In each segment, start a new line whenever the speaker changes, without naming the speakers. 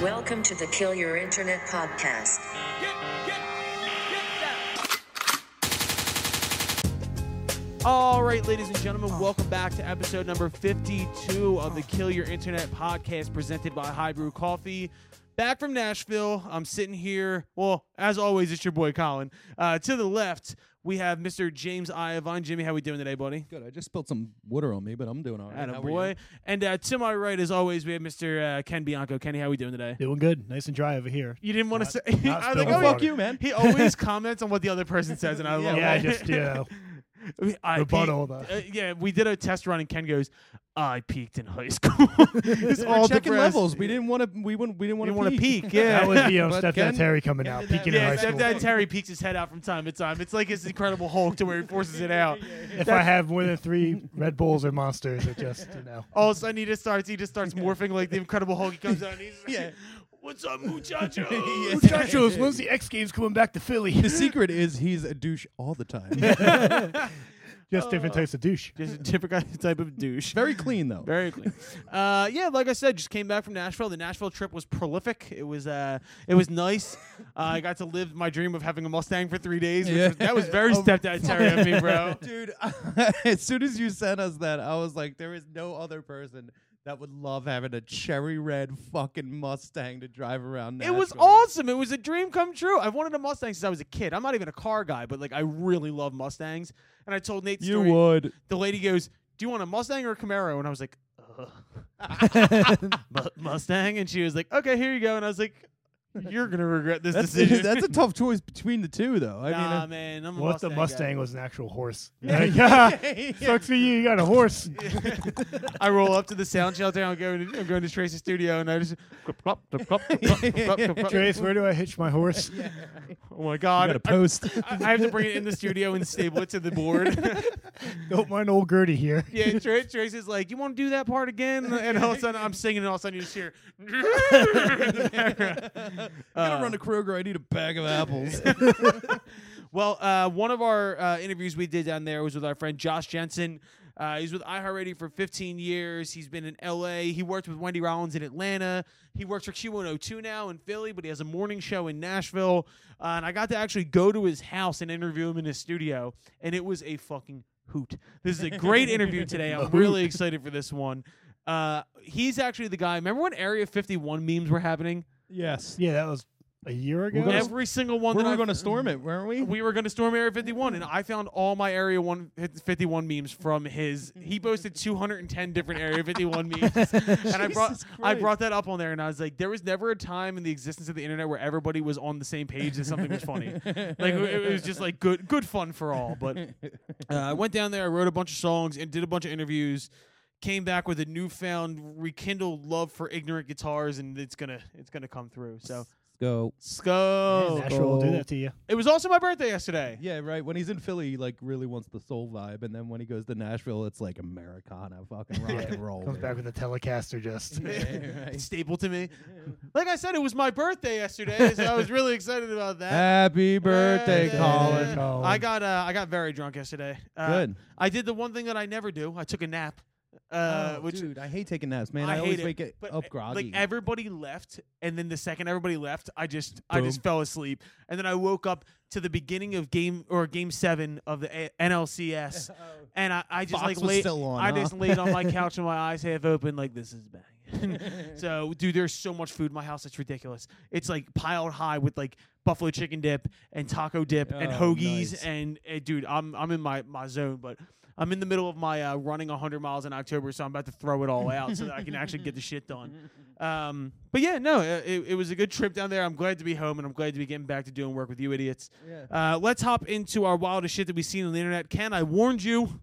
Welcome to the Kill Your Internet podcast.
All right, ladies and gentlemen, welcome back to episode number 52 of the Kill Your Internet podcast presented by High Brew Coffee. Back from Nashville, I'm sitting here. Well, as always, it's your boy Colin. Uh, to the left, we have Mr. James Iovine. Jimmy, how we doing today, buddy?
Good. I just spilled some water on me, but I'm doing all right.
Atta
How are
boy.
you?
And uh, to my right, as always, we have Mr. Uh, Ken Bianco. Kenny, how we doing today?
Doing good. Nice and dry over here.
You didn't want to say.
not
I was like,
spilling
oh,
water.
you, man. He always comments on what the other person says, and I love
yeah, I
it.
just, yeah.
We- I
Rebuttal
peaked-
that.
uh, yeah, we did a test run, and Ken goes, "I peaked in high school." it's
We're
all
checking
depressed.
levels. We didn't want to. We wouldn't. We didn't
We
want to.
want to peak. Yeah,
That would be on
But
Stepdad
Ken-
Terry coming
Ken
out,
did that
peeking in
yeah.
high school.
Stepdad Terry peeks his head out from time to time. It's like his Incredible Hulk, to where he forces it out.
If I have more than three Red Bulls or Monsters, it just, you know.
All of a sudden, he just starts. He just starts morphing like the Incredible Hulk. He comes out and he's like,
Yeah.
"What's up, muchacho?"
Muchachos, when's the X Games coming back to Philly?
The secret is he's a douche all the time.
Just different types of douche.
Just a different type of douche.
Very clean though.
Very clean. uh, yeah, like I said, just came back from Nashville. The Nashville trip was prolific. It was uh, it was nice. Uh, I got to live my dream of having a Mustang for three days. Which
Yeah. Oh,
was, that was very stepdad Terry of me, bro.
Dude, as soon as you sent us that, I was like, there is no other person that would love having a cherry red fucking Mustang to drive around.
It was
Nashville.
awesome. It was a dream come true. I've wanted a Mustang since I was a kid. I'm not even a car guy, but like I really love Mustangs. And I told Nate the
You
story.
would.
The lady goes, "Do you want a Mustang or a Camaro?" And I was like, Ugh. Mu- "Mustang." And she was like, "Okay, here you go." And I was like, "You're gonna regret this
That's,
decision."
that's a tough choice between the two, though. I
nah,
mean,
man. I'm a
uh, What if the
guy.
Mustang was an actual horse? Like, yeah, sucks for you. You got a horse.
I roll up to the sound shelter. I'm going. To, I'm going to Trace's studio, and I just.
Trace, where do I hitch my horse?
Oh my
I got
god!
a post.
I, I have to bring it in the studio and stable it to the board.
Don't mind old Gertie here.
yeah, Trace, Trace is like, "You want to do that part again?" And all of a sudden, I'm singing, and all of a sudden, you just hear. in the background.
I'm
Uh,
gonna run to Kroger. I need a bag of apples.
Well, uh, one of our uh, interviews we did down there was with our friend Josh Jensen. Uh, he's with iHeartRadio for 15 years. He's been in LA. He worked with Wendy Rollins in Atlanta. He works for Q102 now in Philly, but he has a morning show in Nashville. Uh, and I got to actually go to his house and interview him in his studio, and it was a fucking hoot. This is a great interview today. I'm really excited for this one. Uh, he's actually the guy. Remember when Area 51 memes were happening?
yes.
Yeah, that was a year ago.
gonna-
Every single one.
We
that
were
I've-
going to storm it, weren't we?
we were going to storm Area 51, and I found all my Area 151 memes from his. He posted 210 different Area 51 memes, and I brought
Jesus
I
Christ.
brought that up on there, and I was like, there was never a time in the existence of the internet where everybody was on the same page and something was funny. Like it, it was just like good good fun for all. But uh, I went down there, I wrote a bunch of songs, and did a bunch of interviews. Came back with a newfound rekindled love for ignorant guitars, and it's gonna it's gonna come through. So,
Go.
Skull.
Nashville will do that to you.
It was also my birthday yesterday.
Yeah, right. When he's in Philly, he like really wants the soul vibe, and then when he goes to Nashville, it's like Americana, fucking rock and roll.
Comes back with a Telecaster just.
Yeah, right.
staple to me. Like I said, it was my birthday yesterday, so I was really excited about that.
Happy birthday,
Yeah.
Colin.
Colin.
I got uh, I got very drunk yesterday. Uh,
Good.
I did the one thing that I never do. I took a nap. Uh,
Oh,
which
dude, I hate taking naps, man.
I,
I,
hate
always
it,
wake it
but,
up
uh,
groggy.
Like everybody left, and then the second everybody left, I just I just
Boom.
fell asleep, and then I woke up to the beginning of game or game seven of the A- NLCS, and I, I just
Oh. Fox
like
was
laid
still on,
I
huh?
just laid on my couch with my eyes half open, like this is bad. so, dude, there's so much food in my house. It's ridiculous. It's like piled high with like buffalo chicken dip and taco dip and
Oh,
hoagies
nice.
and uh, dude, I'm I'm in my my zone, but I'm in the middle of my uh, running 100 miles in October, so I'm about to throw it all out so that I can actually get the shit done. Um, but yeah, no, uh, it, it was a good trip down there. I'm glad to be home, and I'm glad to be getting back to doing work with you idiots. Uh, let's hop into our wildest shit that we've seen on the internet. Ken, I warned you.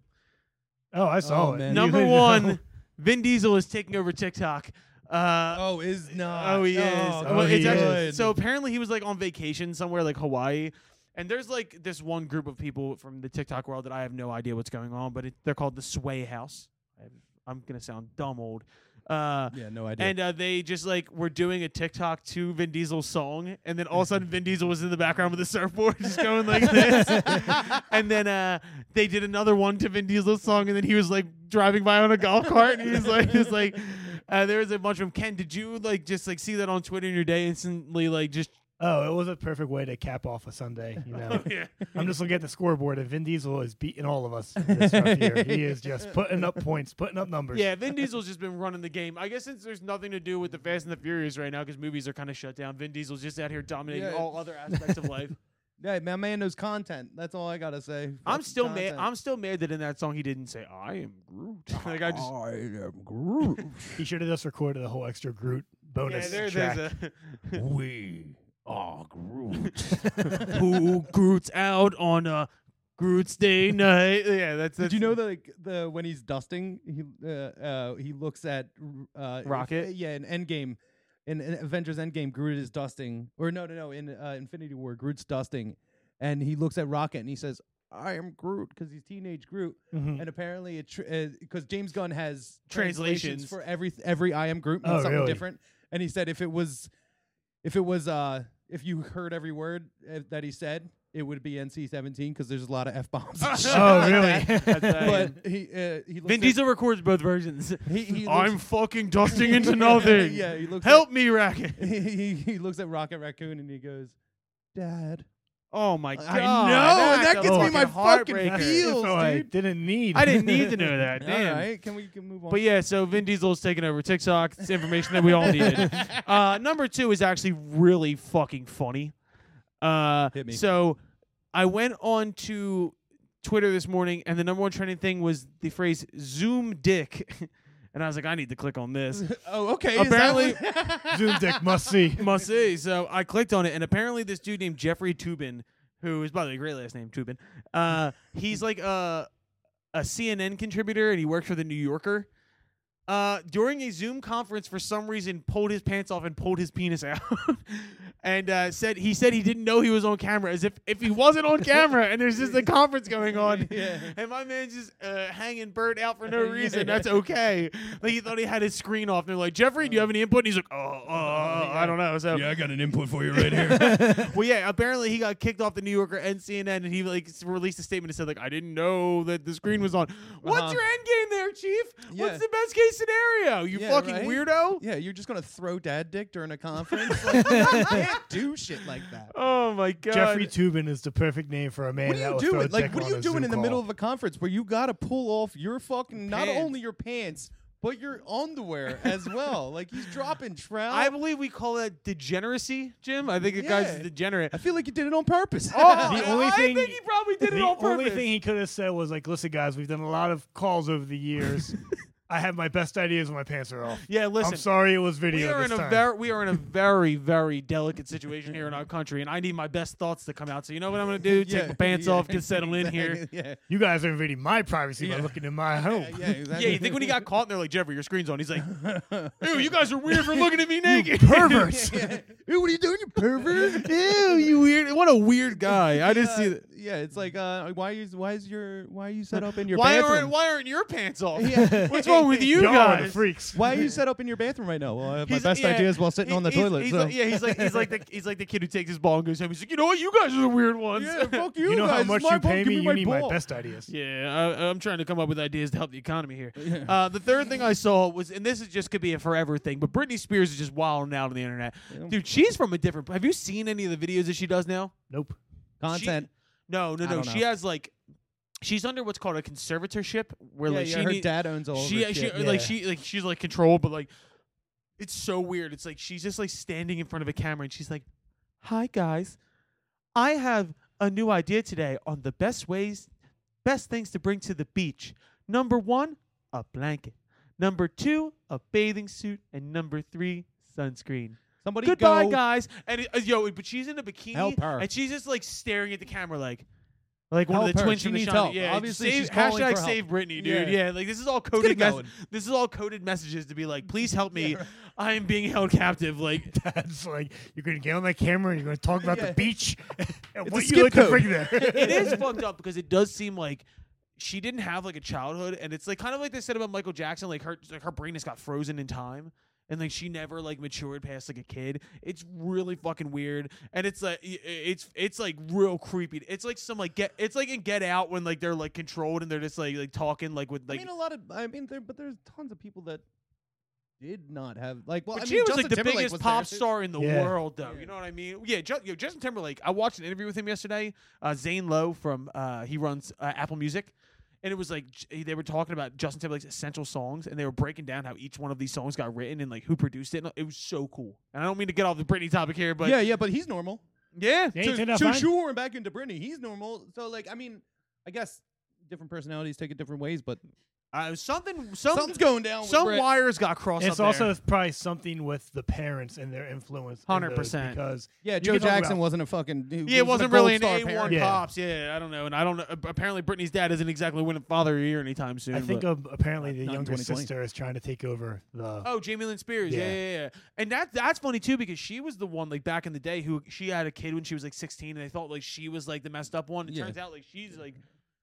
Oh, I saw
Oh,
it.
man.
You
Number
didn't know.
one, Vin Diesel is taking over TikTok. Uh,
oh, is not.
Oh, he is.
Oh,
Well, it's
he
actually-
is.
so apparently he was like on vacation somewhere like Hawaii. And there's like this one group of people from the TikTok world that I have no idea what's going on, but it, they're called the Sway House. I'm- I'm gonna sound dumb old. Uh,
yeah, no idea.
and uh, they just like were doing a TikTok to Vin Diesel's song, and then all of a sudden Vin Diesel was in the background with a surfboard, just going like this. and then uh, they did another one to Vin Diesel's song, and then he was like driving by on a golf cart, and he was like, he was like, Uh, there was a bunch of them. Ken, did you like just like see that on Twitter in your day instantly? Like just
Oh, it was a perfect way to cap off a Sunday. You know,
Oh, yeah.
I'm just looking at the scoreboard, and Vin Diesel is beating all of us in this rough year. He is just putting up points, putting up numbers.
Yeah, Vin Diesel's just been running the game. I guess since there's nothing to do with the Fast and the Furious right now because movies are kind of shut down, Vin Diesel's just out here dominating
Yeah.
all other aspects of life.
Yeah, my man knows content. That's all I gotta say.
I'm
Fucking
still mad.
content.
I'm still mad that in that song he didn't say "I am Groot." like I just
I am Groot.
He should have just recorded a whole extra Groot
Oh, yeah,
bonus
there,
track.
there's a
we are Groot.
who Groot's out on a Groot's Day night. Yeah, that's,
Did you know that like, the when he's dusting, he uh, uh, he looks at uh, if-
Rocket?
yeah, in Endgame, in, in Avengers Endgame, Groot is dusting, or no, no, no, in uh, Infinity War, Groot's dusting, and he looks at Rocket and he says, "I am Groot," because he's teenage Groot,
Mm.
Mhm.
and apparently it because tr- uh 'cause James Gunn has
Translations.
for every every I am Groot means
Oh,
something
really?
different, and he said if it was, if it was uh. If you heard every word uh, that he said, it would be NC-17 because there's a lot of f bombs.
Oh,
like
really?
that
That's, uh,
but he uh, he looks
Vin
at-
Diesel records both versions.
He, he looks,
I'm fucking dusting into nothing.
yeah, he looks.
Help me, Racket.
At, he he looks at Rocket Raccoon and he goes, "Dad."
Oh my god!
I know, and that
that's a
gets me my fucking
heartbreaker.
feels.
So I
dude.
didn't need.
I didn't need to know that. Damn.
All right, can we can move on?
But yeah, so Vin Diesel's taking over TikTok. It's information that we all needed. Uh, number two is actually really fucking funny. Uh,
Hit me.
So I went on to Twitter this morning, and the number one trending thing was the phrase "Zoom dick," and I was like, I need to click on this.
oh, okay.
Apparently-
is that what-
Zoom dick must see.
Must see. So I clicked on it, and apparently this dude named Jeffrey Tubin, who is by the way a great last name Tubin, uh, he's like a a CNN contributor, and he works for the New Yorker. Uh, during a Zoom conference, for some reason, pulled his pants off and pulled his penis out, and uh, said he said he didn't know he was on camera, as if if he wasn't on camera, and there's just a conference going on,
Yeah.
and my man's just uh, hanging bird out for no reason. That's okay. Like he thought he had his screen off. And they're like, Jeffrey, do you have any input? And he's like, oh, oh, oh, I don't know. So
Yeah, I got an input for you right here.
well, yeah. Apparently, he got kicked off the New Yorker and CNN, and he like s- released a statement and said like, "I didn't know that the screen was on." What's
Uh-huh.
your end game there, Chief?
Yeah.
What's the best case scenario? You
Yeah,
fucking
right?
weirdo.
yeah, you're just gonna throw dad dick during a conference. Like, you can't do shit like that.
Oh my god.
Jeffrey Tubin is the perfect name for a man
What are
that
you
would throw
doing? Like,
dick
what are
on
you
a
doing
Zoom
in the middle of
call.
a conference where you gotta pull off your fucking not
Pants.
only your pants but your underwear as well? Like he's dropping trout.
I believe we call that degeneracy, Jim. I think the guy's
Yeah.
degenerate.
I feel like you did it on purpose.
Oh,
The only
I
thing-
think he probably did it
the
on purpose.
only thing he could have said was like, "Listen, guys, we've done a lot of calls over the years. I have my best ideas when my pants are off.
yeah, listen.
I'm sorry, it was video.
We are
this
in a
time.
very we are in a very very delicate situation here in our country, and I need my best thoughts to come out. So you know what I'm gonna do? Take my pants
yeah,
off, get settled in here.
exactly, Yeah.
you guys are invading my privacy by looking in my home.
Yeah, exactly.
Yeah, you think when he got caught, and they're like, "Jeffrey, your screen's on." He's like, "Ew, you guys are weird for looking at me naked,
Perverts.
Hey, what are you doing, you pervert?
Ew, you weird. What a weird guy. I didn't
Uh,
see that.
Yeah, it's like, uh, why is why is your why are you set up in your
Why
bathroom?
aren't Why aren't your pants off?
Yeah.
What's wrong with you
Y'all are the
guys?
freaks.
why are you set up in your bathroom right now? Well, I have my
He's-
best
yeah,
ideas while sitting
he-
on the
he's-
toilet.
he's
so.
like- yeah, he's like he's like the he's like the kid who takes his ball and goes home. He's like, you know what, you guys are the weird ones.
Yeah, fuck you,
You know
guys.
how
It's
much
my
you
fault.
pay
Give
me. You
my
need
ball.
my best ideas.
Yeah, I, I'm trying to come up with ideas to help the economy here. Uh, the third thing I saw was, and this is just could be a forever thing, but Britney Spears is just wilding out on the internet, dude. She's from a different. Have you seen any of the videos that she does now?
Nope.
She-
Content.
no, no,
I
no.
don't
She
know.
has like, she's under what's called a conservatorship, where
yeah,
like
yeah,
she
her
need-
dad owns all of
she,
her
she
shit.
like
yeah.
she like she's like controlled, but like it's so weird. It's like she's just like standing in front of a camera and she's like, "Hi guys, I have a new idea today on the best ways, best things to bring to the beach. Number one, a blanket. Number two, a bathing suit, and number three, sunscreen."
Somebody
Goodbye,
go.
guys. And it, uh, yo, but she's in a bikini,
Help her.
and she's just like staring at the camera, like, like one
Help
of the
her.
twins
She
from the
needs
Shining.
help.
Yeah,
Obviously,
save,
she's calling
hashtag
for help.
save Britney, dude.
Yeah.
Yeah. like this is all
get
coded.
it
mes-
going.
this is all coded messages to be like, please help me. I am being held captive. Like,
That's like you're gonna get on that camera. You're gonna talk about
Yeah.
the beach and
It's a
what
skip
you like
code.
to bring there.
it is fucked up because it does seem like she didn't have like a childhood, and it's like kind of like they said about Michael Jackson, like her like her brain has got frozen in time, and like she never like matured past like a kid. It's really fucking weird, and it's like i- i- it's it's like real creepy. It's like some like get it's like in Get Out when like they're like controlled and they're just like like talking like with
I
like
mean, a lot of. I mean, there, but there's tons of people that did not have like. Well,
but
I
she
mean,
was
Justin
like the
Timberlake
biggest
was there,
pop
too.
star in the
Yeah.
world, though. You know what I mean? Yeah, Ju- yo, Justin Timberlake. I watched an interview with him yesterday. Uh, Zane Lowe from uh, he runs uh, Apple Music, and it was like j- they were talking about Justin Timberlake's essential songs, and they were breaking down how each one of these songs got written and like who produced it. And it was so cool. And I don't mean to get off the Britney topic here, but
yeah, yeah, but he's normal.
yeah,
Yeah, he
to,
turned out
to
fine.
shoehorn back into Britney, he's normal. So like, I mean, I guess different personalities take it different ways, but
Uh, something, some,
something's going down. with
some
Brit.
wires got crossed.
It's
up
also
there.
probably something with the parents and their influence. in those
100%.
Because
yeah.
you
Joe
can talk
Jackson
about-
wasn't a fucking. he
Yeah, it wasn't
a gold
really an
star
A one
parent.
Yeah.
pops. Yeah, I don't know, and I don't know. Apparently, Britney's dad isn't exactly winning Father of the Year anytime soon.
I think
but-
um, apparently the
Not in
younger
2020.
sister is trying to take over the.
Oh, Jamie Lynn Spears. Yeah.
Yeah.
yeah, yeah, yeah. And that that's funny too because she was the one like back in the day who she had a kid when she was like 16 and they thought like she was like the messed up one. It
Yeah.
turns out like she's like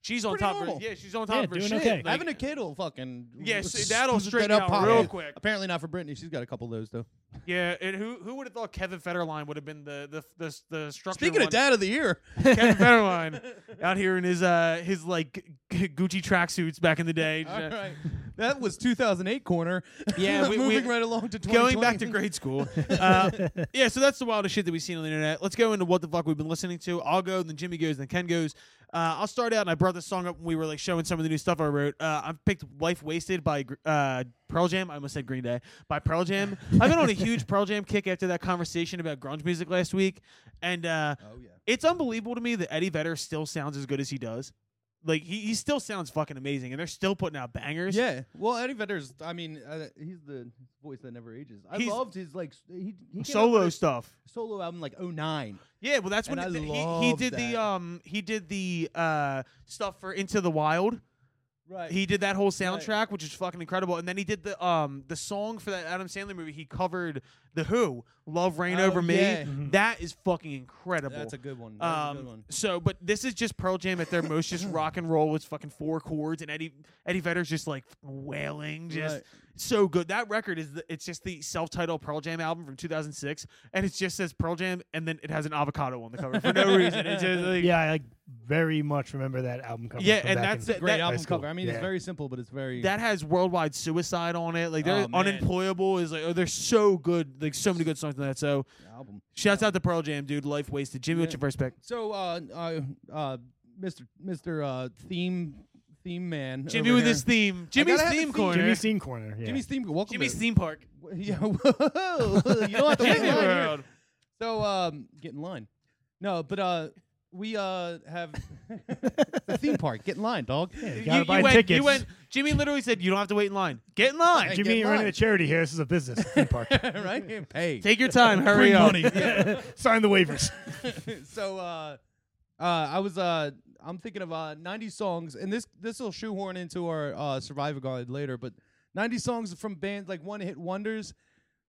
she's on
Pretty
top of
normal.
her, yeah, she's on top
Yeah,
of her
doing
shit.
okay.
Like,
Having a kid will fucking
Yeah, so
s-
that'll
spit
straighten
up
out
pop.
real
Yeah.
quick.
Apparently not for Britney. She's got a couple of those though.
yeah, and who who would have thought Kevin Federline would have been the the the, the structure
Speaking of
one?
dad of the year,
Kevin Federline out here in his uh his like g- Gucci tracksuits back in the day.
all right, that was 2008 corner.
Yeah, we- we-
moving right along to
going back
2020.
to grade school. Uh, yeah, so that's the wildest shit that we've seen on the internet. Let's go into what the fuck we've been listening to. I'll go, then Jimmy goes, then Ken goes. Uh, I'll start out, and I brought this song up when we were like showing some of the new stuff I wrote. Uh, I've picked "Life Wasted" by Gr- uh, Pearl Jam. I almost said Green Day by Pearl Jam. I've been on a huge Pearl Jam kick after that conversation about grunge music last week, and uh,
Oh yeah.
it's unbelievable to me that Eddie Vedder still sounds as good as he does. Like he, he still sounds fucking amazing, and they're still putting out bangers.
Yeah, well, Eddie Vedder's. I mean, uh, he's the voice that never ages. I
He's-
loved his like s- he, he came out with
solo
a
stuff.
solo album like 09.
Yeah, well, that's when
And I
it- he, he
love
did
that.
the um he did the uh stuff for Into the Wild.
Right.
He did that whole soundtrack, which is fucking incredible. And then he did the um the song for that Adam Sandler movie. He covered the Who, "Love Rain
Oh,
Over Me."
yeah.
That is fucking incredible.
That's a good one. That's a good
Um,
one.
So, but this is just Pearl Jam at their most just rock and roll with fucking four chords, and Eddie Eddie Vedder's just like wailing, just
Right.
so good. That record is the, it's just the self titled Pearl Jam album from 2006, and it just says Pearl Jam, and then it has an avocado on the cover for no reason. It's just like,
Yeah, I like, very much remember that album cover.
Yeah,
from
and
back
that's
in
it.
Great
that-
album
high school.
cover. I mean, it's
Yeah.
very simple, but it's very
That has worldwide suicide on it. Like they're
Oh, man.
unemployable. Is like oh, they're so good. Like so many good songs on that. So
album.
shouts out to Pearl Jam, dude. Life wasted. Jimmy, what's
Yeah.
your first pick?
So, uh, uh, uh, Mr. Mr. Uh, theme theme man.
Jimmy
over
with
here.
his theme. Jimmy's
gotta have the
theme
theme.
corner.
Jimmy's Scene Corner. Yeah.
Jimmy's theme. Welcome.
Jimmy's
to-
theme park.
Yeah. Whoa. you don't have to wait in
Jimmy
line here.
World.
So, um, get in line. No, but uh, we uh have the theme park. Get in line, dog.
You gotta buy
went,
tickets.
You went. Jimmy literally said, "You don't have to wait in line. Get in line.
Hey.
Jimmy
Get
ain't running
live.
a charity here. This is a business. it's a Theme park.
right. Pay.
Take your time. Hurry
Free
up."
money. Sign the waivers.
so uh uh I was uh I'm thinking of uh 90 songs and this this will shoehorn into our uh survivor guide later but 90 songs from bands like one hit wonders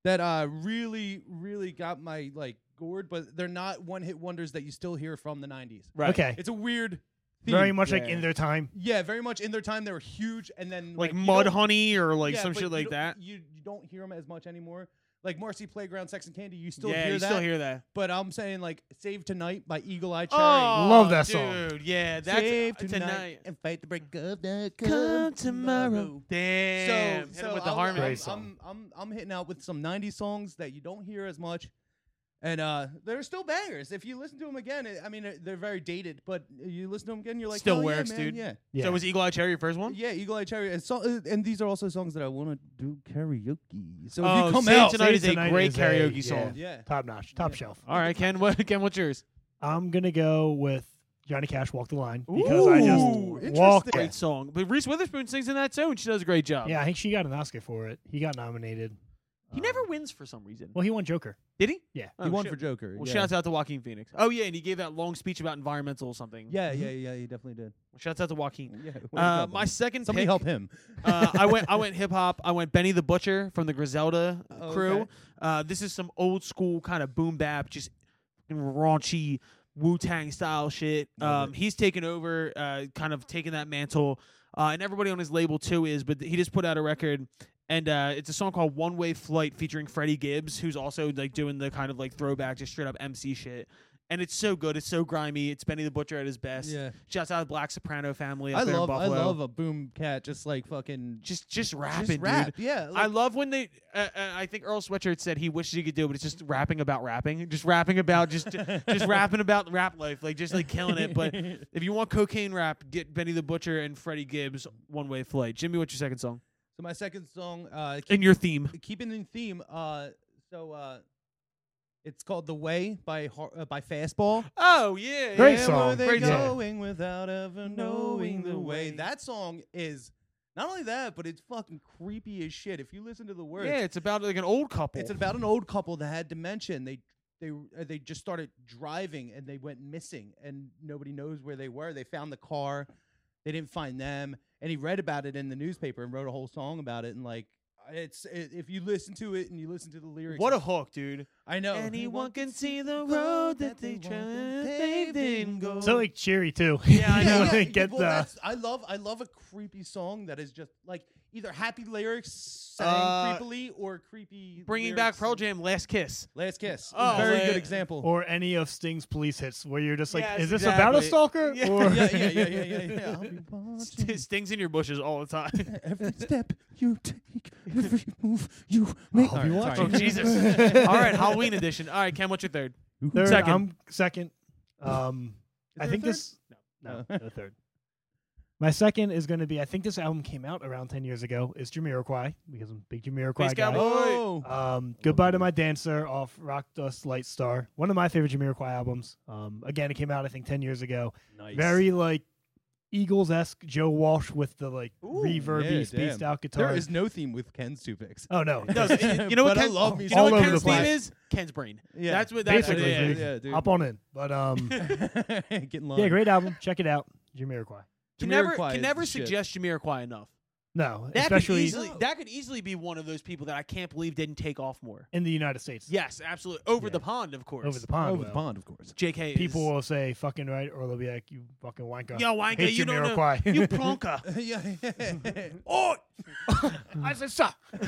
that uh really really got my like gourd but they're not one hit wonders that you still hear from the 90s.
Right.
Okay.
It's a weird theme.
Very much like
Yeah.
in their time.
yeah, very much in their time they were huge and then
Like
you
mud
don't-
honey or like
yeah,
some
but
shit
you
like
don't-
that.
You you don't hear them as much anymore. Like Marcy Playground, Sex and Candy, you still
yeah,
hear
you
that.
still hear Oh, that.
But I'm saying like Save Tonight by Eagle Eye Cherry.
Love that song.
dude. Yeah, that's uh,
Save
tonight. Mm.
and fight the break of the
Come tomorrow.
So,
Damn. Hit him
so
with the
I'll-
harmony.
Great
I'm, I'm,
song.
I'm, I'm hitting out with some '90s songs that you don't hear as much, and uh, they're still bangers. If you listen to them again, it- I mean, they're- they're very dated, but you listen to them again, you're like,
Still
"Hell
works,
yeah,
dude.
man, Yeah,
Yeah.
So was Eagle Eye Cherry your first one?
yeah. Eagle Eye Cherry, and, so, uh, and these are also songs that I want to do karaoke. So if
Oh,
you come
Save
out,
Tonight
Save
is a
Tonight
great
is a-
karaoke
yeah.
song.
yeah,
Top notch. Top shelf.
All right, Ken. What Ken? What's yours?
I'm gonna go with Johnny Cash. Walk the line because I
Ooh,
just walked.
interesting.
Great song. But Reese Witherspoon sings in that too, and she does a great job.
Yeah, I think she got an Oscar for it. He got nominated.
He
Um,
never wins for some reason.
Well, he won Joker.
Did he?
Yeah.
Oh,
he won
shit.
for Joker.
Well,
yeah.
shouts out to Joaquin Phoenix. Oh yeah, and he gave that long speech about environmental or something.
yeah, yeah, yeah, he definitely did.
Shouts out to Joaquin.
Yeah, way to
Mm-hmm. Uh,
go,
my
buddy.
second
somebody
pick,
help him.
uh, I went. I went hip hop. I went Benny the Butcher from the Griselda uh,
Oh,
crew.
okay.
Uh, this is some old school kind of boom bap, just fucking raunchy Wu Tang style shit.
Love
Um, he's taken over, uh, kind of taking that mantle, uh, and everybody on his label too is. But he just put out a record. And uh, it's a song called "One Way Flight" featuring Freddie Gibbs, who's also like doing the kind of like throwback, just straight up MC shit. and it's so good. It's so grimy. It's Benny the Butcher at his best.
Yeah.
Shouts out to Black Soprano family. Up
I
there
love
in
I
Buffalo.
love a boom cat just like fucking
just just rapping,
just rap.
dude.
Yeah,
I
like,
love when they. Uh, uh, I think Earl Sweatshirt said he wishes he could do, it, but it's just rapping about rapping, just rapping about just just rapping about rap life, like just like killing it. But if you want cocaine rap, get Benny the Butcher and Freddie Gibbs, One Way Flight. Jimmy, what's your second song?
so my second song uh
In your theme,
keeping in theme uh so uh it's called The Way by Har- uh, by Fastball.
oh yeah,
Great
Where Were
song,
they
great song.
going without ever knowing the way. That song is not only that, but it's fucking creepy as shit. If you listen to the
yeah,
words,
yeah. It's about like an old couple.
it's about an old couple that had dementia. And they they uh, they just started driving and they went missing, and nobody knows where they were. They found the car, they didn't find them, and he read about it in the newspaper and wrote a whole song about it. And like, it's it, if you listen to it and you listen to the lyrics,
what a
it's-
hook, dude.
I know
Anyone can see the road that they travel, they didn't go.
So like cheery too.
Oh. Yeah, I
You
know.
know, they
yeah,
get
well,
the.
that's- I love I love a creepy song that is just like either happy lyrics sang
Uh,
creepily or creepy.
bringing back
lyrics
Pearl
sang-
Jam, Last Kiss.
Last Kiss.
Oh,
very
man.
good example.
Or any of Sting's police hits where you're just like,
Yes,
is this about a
exactly.
stalker?
Yeah.
Or
yeah, yeah, yeah, yeah, yeah, yeah. I'll be watching
St- stings in your bushes all the time.
every step you take, every move you make.
I'll be
All right,
oh
sorry.
Jesus! all right, Halloween edition. All right, Ken, what's your third?
Third,
Second.
I'm second. Um,
Is
I
there a
think
third?
this. No, no, no third. My second is going to be. I think this album came out around ten years ago. It's Jamiroquai because I'm a big Jamiroquai
Space Cowboy.
guy.
Oh,
Um, Goodbye to My Dancer off Rock Dust Light Star, one of my favorite Jamiroquai albums. Um, again, it came out I think ten years ago.
nice.
Very like Eagles esque Joe Walsh with the like
Ooh,
reverby,
yeah,
spaced
damn.
out
There
guitar.
is no theme with Ken's two picks.
oh no,
No, you know what?
But I
Ken,
love me
you know
some
what
Ken's
Ken's
Black.
theme is? Ken's brain.
Yeah.
That's what. That's what
Basically,
it is.
dude.
dude.
hop on in. But um,
Getting long.
yeah, great album. Check it out, Jamiroquai.
Can never,
Jamiroquai
can
is
never
the shit.
suggest Jamiroquai enough.
No,
That
especially
could easily,
No.
that could easily be one of those people that I can't believe didn't take off more.
in the United States.
Yes, absolutely. Over
Yeah.
the pond, of course.
over the pond.
Over the
will.
pond, of course.
JK. is-
People will say fucking right, or they'll be like, "You fucking wanker."
Yo, wanker,
Hate
you don't know-
Jamiroquai.
You plonker.
yeah.
Oh, I said stop.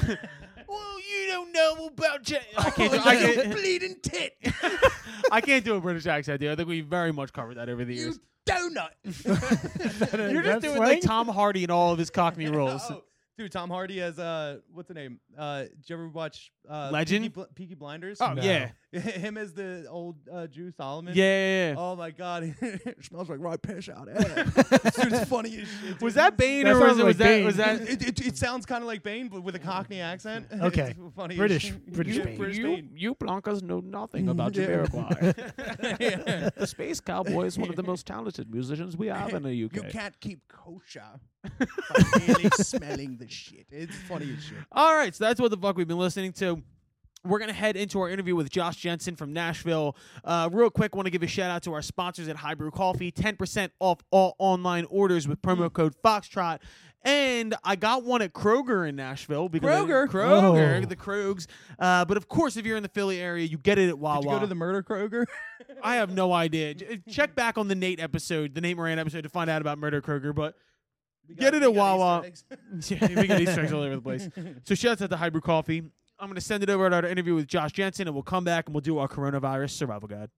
well, you don't know about Oh, J. I
Oh,
can't. Do, I can't bleeding tit. I can't do a British accent, dude. I think we very much covered that over the years.
donut.
You're just
That's
doing
slang?
like Tom Hardy and all of his Cockney roles.
Oh, dude, Tom Hardy has uh, what's the name? Uh, did you ever watch uh,
Legend?
Peaky, Bl- Peaky Blinders?
Oh yeah,
him as the old uh, Jew
yeah.
Solomon.
yeah, yeah.
Oh my god, it smells like right piss out. ass. Dude's funny as shit. dude.
was that Bane
That
or was,
sounds
it, was that
like Bane.
was that?
It, it, it sounds kind of like Bane, but with a Cockney accent. It's
Okay.
funny as
British-
shit.
British
Yeah,
Bane.
British
you,
Bane.
you Blancas know nothing about
Yeah.
Jamiroquai.
Yeah.
the Space Cowboy is one of the most talented musicians we have in the UK.
You can't keep kosher by merely smelling the shit. It's funny as shit.
All right, so that's what the fuck we've been listening to. We're gonna head into our interview with Josh Jensen from Nashville. Uh, real quick, want to give a shout out to our sponsors at High Brew Coffee, ten percent off all online orders with
Mm.
promo code Foxtrot. And I got one at Kroger in Nashville. Because
Kroger?
Kroger,
Oh.
the Krogs. Uh, but of course, if you're in the Philly area, you get it at Wawa.
Did you go to the murder Kroger?
I have no idea. J- Check back on the Nate episode, the Nate Moran episode, to find out about Murder Kroger. But Get it at Wawa. yeah, we got Easter eggs all over the place. So shout out to Hybrid Coffee. I'm gonna send it over to our interview with Josh Jensen, and we'll come back and we'll do our coronavirus survival guide.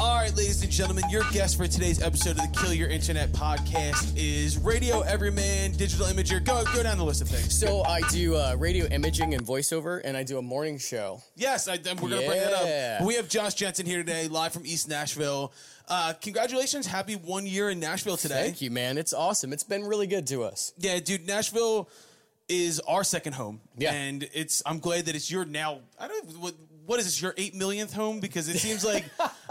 All right, ladies and gentlemen, your guest for today's episode of the Kill Your Internet podcast is radio everyman, digital imager. Go go down the list of things.
So I do uh, radio imaging and voiceover, and I do a morning show.
Yes, I, and we're going to bring that
Yeah.
up. We have Josh Jensen here today, live from East Nashville. Uh, congratulations. Happy one year in Nashville today.
Thank you, man. It's awesome. It's been really good to us.
Yeah, dude, Nashville is our second home.
Yeah.
And it's I'm glad that it's your now I don't what what is this, your eight millionth home? Because it seems like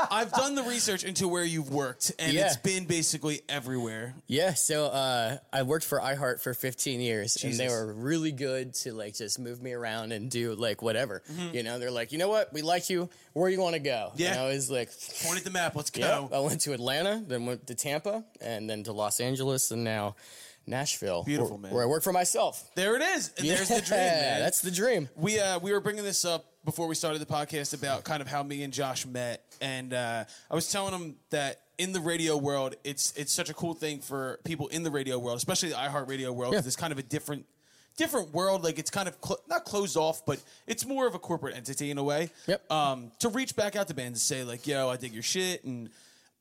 I've done the research into where you've worked and
Yeah.
it's been basically everywhere.
Yeah. So uh, I worked for iHeart for 15 years, and
Jesus.
they were really good to like just move me around and do like whatever. You know, they're like, you know what, we like you. Where you want to go? And
Yeah.
I was like,
Point at the map, let's
yeah.
go.
I went to Atlanta, then went to Tampa, and then to Los Angeles, and now Nashville.
Beautiful,
where,
man.
Where I work for myself.
There it is. And there's the dream,
Yeah,
man.
That's the dream.
we uh, we were bringing this up before we started the podcast about kind of how me and Josh met, and uh, I was telling him that in the radio world, it's it's such a cool thing for people in the radio world, especially the iHeart Radio world, because
Yeah.
it's kind of a different different world. Like it's kind of cl- not closed off, but it's more of a corporate entity in a way.
Yep.
Um, to reach back out to bands and say like, "Yo, I dig your shit," and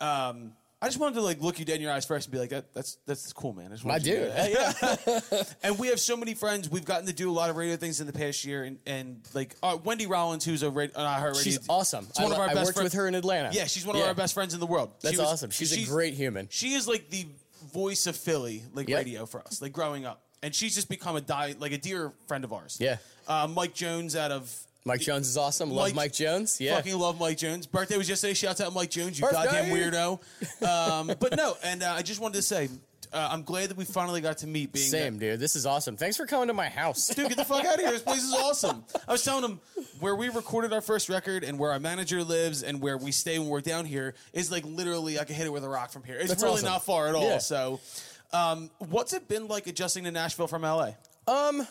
um, I just wanted to like look you dead in your eyes first and be like, "That that's that's cool, man." I, just wanted
My
you to know
dude.
that. Yeah. and we have so many friends. We've gotten to do a lot of radio things in the past year, and and like uh, Wendy Rollins, who's a radio, uh, her radio
She's awesome.
It's one
I,
of our
I
best
worked
friends.
with her in Atlanta.
Yeah, she's one of
Yeah.
our best friends in the world.
That's
She was-
awesome. She's a great human.
She is like the voice of Philly, like
Yep.
radio for us, like growing up, and she's just become a die, like a dear friend of ours.
Yeah.
uh, Mike Jones out of.
Mike Jones is awesome. Love
Mike-
Mike, Jones. Yeah.
Fucking love Mike Jones. Birthday was yesterday. Shouts out Mike Jones, you
Birthday!
goddamn weirdo. Um, but no, and uh, I just wanted to say, uh, I'm glad that we finally got to meet. Being
Same, dude. This is awesome. Thanks for coming to my house.
dude, get the fuck out of here. This place is awesome. I was telling him where we recorded our first record and where our manager lives and where we stay when we're down here is like literally I can hit it with a rock from here. It's
That's
really
awesome.
not far at all.
Yeah.
So, um, what's it been like adjusting to Nashville from LA?
Um,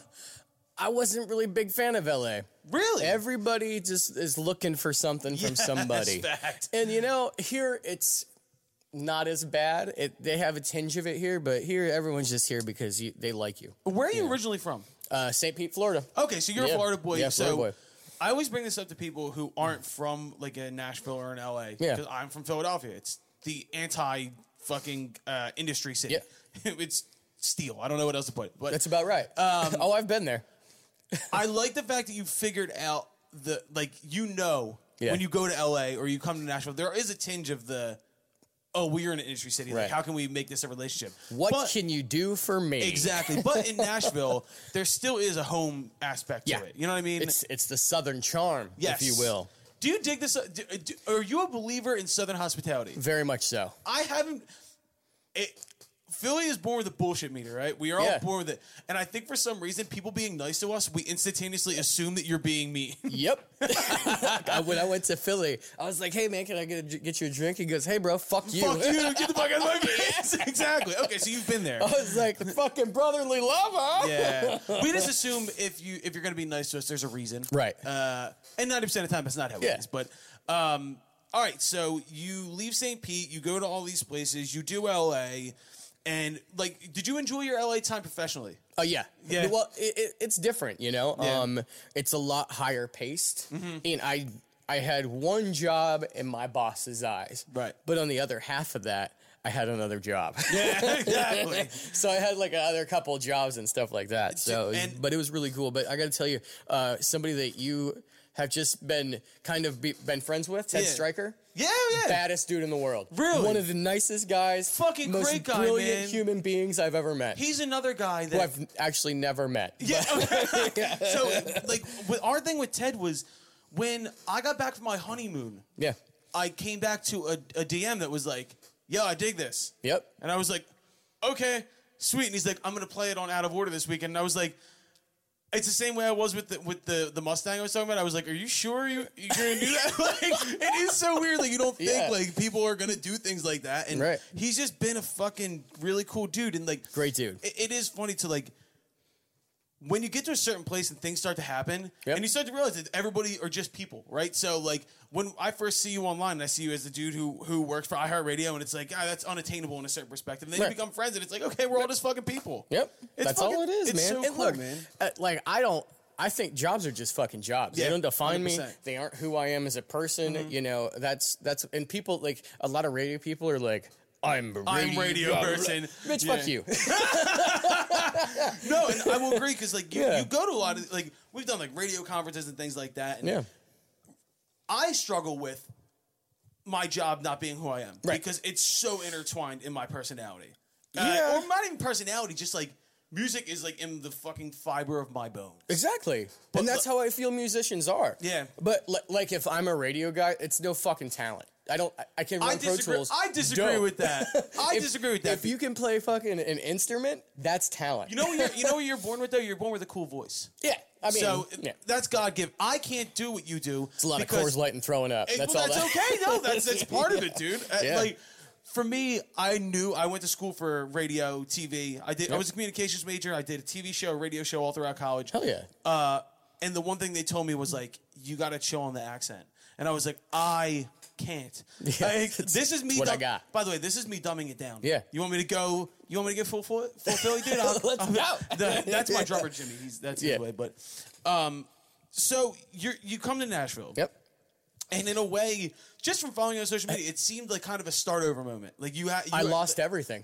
I wasn't really a big fan of LA.
Really?
Everybody just is looking for something from somebody.
fact.
And you know, here it's not as bad. It, they have a tinge of it here, but here everyone's just here because you, they like you.
where are you originally from?
Uh, St. Pete, Florida.
Okay, so you're a
Yeah.
Florida boy.
Yeah,
so
Florida boy.
I always bring this up to people who aren't from like a Nashville or an LA.
Yeah.
Because I'm from Philadelphia. It's the anti fucking uh, industry city. it's steel. I don't know what else to put. it, But
That's about right. oh, I've been there.
I like the fact that you figured out the like you know
Yeah.
when you go to LA or you come to Nashville, there is a tinge of the oh we're in an industry city. Like
Right.
how can we make this a relationship?
What
But-
can you do for me?
exactly? But in Nashville, there still is a home aspect
Yeah.
to it. You know what I mean?
It's it's the Southern charm,
Yes.
if you will.
Do you dig this? uh, Do, do, are you a believer in Southern hospitality?
Very much so.
I haven't. It, Philly is born with a bullshit meter, right? We are all
Yeah.
born with it, and I think for some reason, people being nice to us, we instantaneously assume that you're being mean.
Yep. I, when I went to Philly, I was like, "Hey man, can I get a, dr- get you a drink?" He goes, "Hey bro, fuck you."
Fuck you! Get the fuck out of my face! exactly. Okay, so you've been there.
I was like, "The fucking brotherly love, huh?"
Yeah. We just assume if you if you're gonna be nice to us, there's a reason,
Right.
Uh, and ninety percent of the time, that's not how
Yeah.
it is. But um, all right, so you leave St. Pete, you go to all these places, you do L.A. And like, did you enjoy your LA time professionally?
Oh yeah,
Yeah.
Well, it, it, it's different, you know.
Yeah. Mm-hmm.
Um, it's a lot higher paced, and I I had one job in my boss's eyes,
Right.
But on the other half of that, I had another job.
Yeah, exactly.
so I had like another couple jobs and stuff like that. So, it was-
And-
but it was really cool. But I got to tell you, uh, somebody that you have just been kind of be, been friends with, Ted
Yeah.
Stryker.
yeah, yeah.
Baddest dude in the world.
Really?
One of the nicest guys.
Fucking
most
great guy,
Brilliant
man.
human beings I've ever met.
He's another guy
who
that
I've actually never met.
Yeah. okay. so, like, with, our thing with Ted was when I got back from my honeymoon,
Yeah.
I came back to a, a DM that was like, "Yo, I dig this."
Yep.
And I was like, "Okay, sweet." And he's like, "I'm gonna play it on Out of Order this weekend." And I was like. It's the same way I was with the with the, the Mustang I was talking about. I was like, "Are you sure you you're gonna do that?" like, it is so weird. Like, you don't think
Yeah.
like people are gonna do things like that. And
Right.
he's just been a fucking really cool dude. And like,
Great dude.
it- it is funny to like when you get to a certain place and things start to happen
Yep.
and you start to realize that everybody are just people right so like when i first see you online and i see you as the dude who who works for iheartradio and it's like ah, that's unattainable in a certain perspective and then
Right.
you become friends and it's like okay we're all just fucking people
Yep.
It's
That's all
fucking-
it is,
it's
man.
so
and
cool,
look,
man.
uh, like I don't. I think jobs are just fucking jobs.
Yeah, Mm-hmm.
they don't define me.
100%.
They aren't who I am as a person. You know, that's that's and people like a lot of radio people are like, I'm a radio,
i'm radio person
Bitch,
Yeah.
fuck you.
no and i will agree because like you,
Yeah.
you go to a lot of like we've done like radio conferences and things like that and
yeah.
I struggle with my job not being who I am
Right.
because it's so intertwined in my personality. Uh,
Yeah.
or not even personality, just like music is like in the fucking fiber of my bone.
Exactly. and that's how I feel musicians are.
Yeah.
But li- like if I'm a radio guy, it's no fucking talent. I don't I, I can run
I
Pro
disagree.
Tools.
I disagree
Dope.
with that. I disagree with that.
If you can play fucking an instrument, that's talent.
you know, what you're, you know what you're born with though. You're born with a cool voice.
Yeah. I mean,
so
yeah.
that's God given. I can't do what you do.
It's a lot
because-
of Coors Light and throwing up.
Hey,
that's
well,
all.
that's
that.
okay. No, that's that's part of it, dude. Uh,
Yeah.
Like for me, I knew I went to school for radio, TV. I did. I was a communications major. I did a TV show, a radio show all throughout college.
Hell yeah.
Uh, and the one thing they told me was like, you got to chill on the accent. And I was like, I can't.
Yeah,
Like,
that's
this is me.
what I
dum-
got.
By the way, this is me dumbing it down.
Yeah.
You want me to go? You want me to get full foot? Full Philly, dude. I'll,
Let's
I'll-
go.
the- that's my drummer, Jimmy. He's that's
Yeah.
his way. But, um, so you you come to Nashville.
Yep.
And in a way, just from following you on social media, it seemed like kind of a start over moment. Like you, ha- you
I lost everything.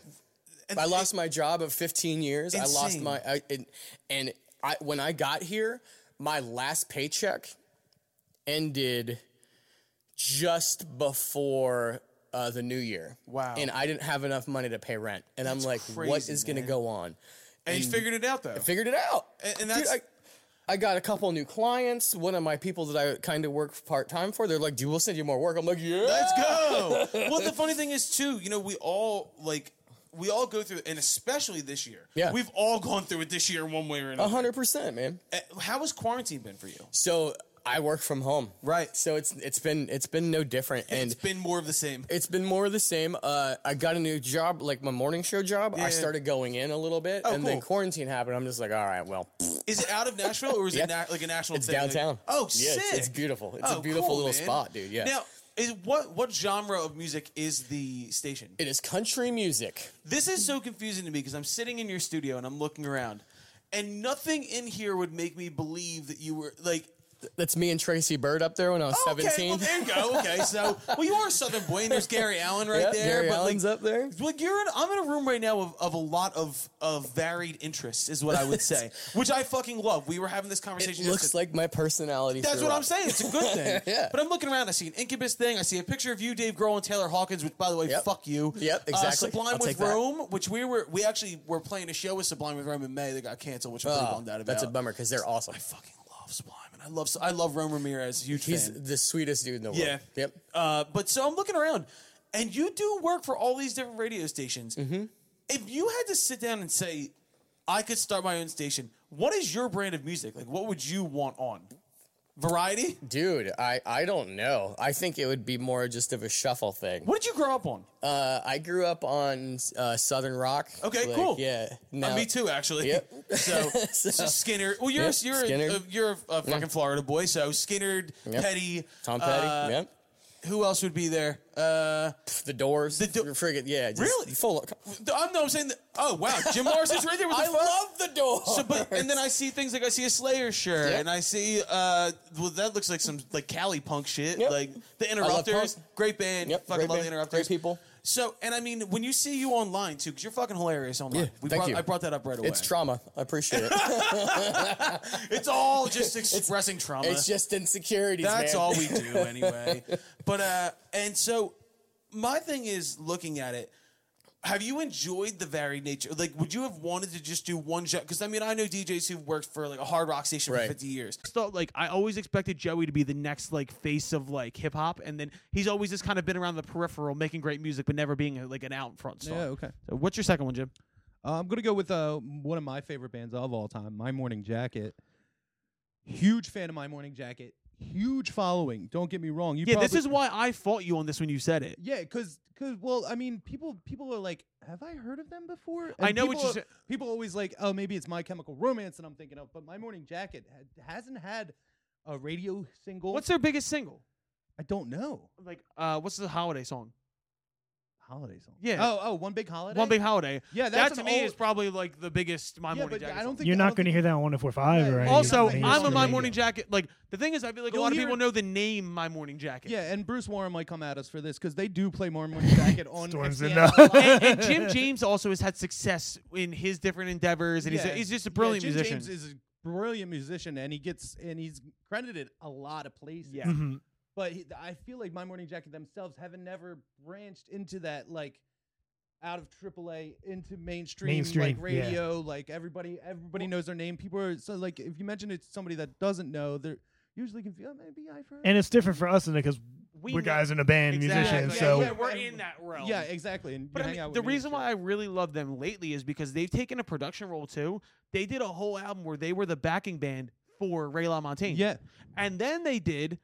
and
I
it-
lost my job of 15 years. I lost
Insane.
my I, and, and I when I got here, my last paycheck ended just before uh, the new year.
Wow.
And I didn't have enough money to pay rent. And I'm like, what
crazy,
is going to
man.
go on?
And you figured it out though.
figured it out.
And- and
Dude,
that's-
I, I got a couple new clients. One of my people that I kind of work part time for, they're like, "Dude, we'll send you more work." I'm like, "Yeah,
Let's go. well, the funny thing is too, you know, we all like we all go through, and especially this year.
Yeah. Uh-huh.
We've all gone through it this year, one way or another.
hundred percent, man."
Uh, How has quarantine been for you?
So I work from home,
Right.
So it's it's been it's been no different, and
it's been more of the same.
it's been more of the same. Uh, I got a new job, like my morning show job.
Yeah.
I started going in a little bit,
Oh,
and then
cool.
quarantine happened. I'm just like, all right, well,
Is it out of Nashville or is
Yeah.
it na- like a national?
it's
thing? Like-
downtown.
oh,
yeah, it's, it's
sick.
beautiful. It's
Oh,
a beautiful
cool,
little
man.
spot, dude. Yeah.
Now, is what what genre of music is the station?
it is country music.
This is so confusing to me because I'm sitting in your studio and I'm looking around, and nothing in here would make me believe that you were like.
That's me and Tracy Bird up there when I was
Oh, Okay,
17.
well there you go. Okay, so well you are a Southern boy, and there's Gary Allen right
Yep,
there.
Gary
but
Allen's
like,
up there.
Like you're in, I'm in a room right now of, of a lot of, of varied interests, is what I would say, which I fucking love. We were having this
It
conversation.
looks
yesterday.
like my personality.
That's what I'm
throughout.
saying. It's a good thing.
Yeah.
But I'm looking around. I see an Incubus thing. I see a picture of you, Dave Grohl, and Taylor Hawkins. Which, by the way,
Yep.
fuck you.
Yep,
Uh,
exactly.
Sublime
I'll
with
take that.
Rome, which we were we actually were playing a show with Sublime with Rome in May that got canceled, which I'm pretty
Oh,
bummed out about.
that's a bummer because they're awesome.
I fucking love Sublime, and I love I love Rome Ramirez. Huge
He's
fan.
the sweetest dude in the world.
Yeah.
Yep.
Uh, but so I'm looking around, and you do work for all these different radio stations.
Mm-hmm.
If you had to sit down and say, I could start my own station, what is your brand of music? Like, what would you want on? Variety?
Dude, I, I don't know. I think it would be more just of a shuffle thing.
What did you grow up on?
Uh, I grew up on uh, Southern rock.
Okay, cool.
Yeah.
Uh,
Now,
me too, actually.
Yep.
So, so Skinner. Well, you're
Yep,
you're a-
Skinner.
A, you're a fucking Florida boy, so Skinner,
Yep.
Petty,
Tom Petty.
uh,
yep.
Who else would be there? Uh,
The Doors. The
Do-
friggin' yeah. just
Really?
Full.
I'm no, I'm saying. That, oh wow, Jim Morrison's right there with the
I
fuck?
love the Doors.
So, but and then I see things like I see a Slayer shirt,
Yep.
and I see uh, well that looks like some like Cali punk shit,
Yep.
like the
love
Interrupters,
punk.
great band,
Yep,
fucking
great
love the
band,
Interrupters,
great people.
So, and I mean, when you see you online too, because you're fucking hilarious online.
Yeah, thank
brought,
you.
I brought that up right away.
it's trauma. I appreciate it.
It's all just expressing trauma.
it's just insecurities.
That's
man.
all we do anyway. but uh, and so my thing is looking at it. Have you enjoyed the varied nature? Like, would you have wanted to just do one job? Because I mean, I know DJs who've worked for like a hard rock station for
Right.
fifty years. Thought like I always expected Joey to be the next like face of like hip hop, and then he's always just kind of been around the peripheral, making great music, but never being like an out in front star.
Yeah, okay.
So what's your second one, Jim?
Uh, I'm gonna go with uh, one of my favorite bands of all time, My Morning Jacket. Huge fan of My Morning Jacket. Huge following. Don't get me wrong. You
Yeah, this
probably-
is why I fought you on this when you said it.
Yeah, cause, 'cause, well, I mean, people, people are like, have I heard of them before?
I
And
know what
people-
you said-
People always like, oh, maybe it's My Chemical Romance, and I'm thinking of, but My Morning Jacket ha- hasn't had a radio single.
What's their biggest single?
I don't know.
Like, uh, what's the holiday song?
Holiday song.
Yeah.
Oh, oh, one big holiday.
One Big Holiday.
Yeah,
that
that's
to
an
me
old-
is probably like the biggest My
Yeah,
Morning
but
Jacket.
I
song.
don't think
You're
I
not
don't
going to
think-
hear that on 104.5
Yeah,
or
yeah.
anything.
Also,
You're
It's
not
I'm
gonna
a
on
My
radio.
Morning Jacket. Like the thing is, I feel like a
You'll
lot of
hear-
people know the name My Morning Jacket.
Yeah, and Bruce Warren might come at us for this because they do play more and more jacket on
Storms
FCN
in the-
a
and,
lot.
and Jim James also has had success in his different endeavors, and he's,
Yeah.
he's just a
Yeah,
brilliant
Jim
musician.
James is a brilliant musician, and he gets and he's credited a lot of places.
Yeah.
Mhm.
but he, I feel like My Morning Jacket themselves haven't never branched into that like out of AAA into mainstream,
Mainstream,
like
yeah.
radio. Like everybody, everybody knows their name. People are so like if you mention it to somebody that doesn't know, they're usually confused. Oh, maybe I've heard.
And it's different for us because
We
we are
know-
guys in a band, musicians.
Exactly.
so
yeah, we're in that realm.
yeah, exactly. And
But
you
I
hang out
mean,
with
the
me and
reason
shit.
why I really love them lately is because they've taken a production role too. They did a whole album where they were the backing band for Ray LaMontagne.
yeah,
And then they did